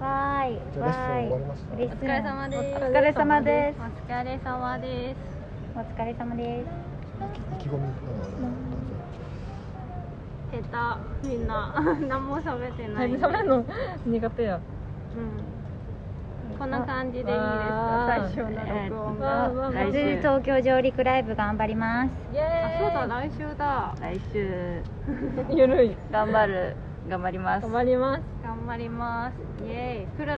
はいじゃあレッスン終わりますかレッスンお疲れ様ですお疲れ様でお疲れ様ですすお疲れ様です意気込みなのかな下手みんな 何も喋ってない、喋るの苦手や。うん、こんな感じでいいですかあ最初の録音わがーわー初来日東京上陸ライブ頑張りますイあエそうだー来週だ来週イ。ゆるい。頑張る頑張ります頑張ります。頑張りますイエーイ来る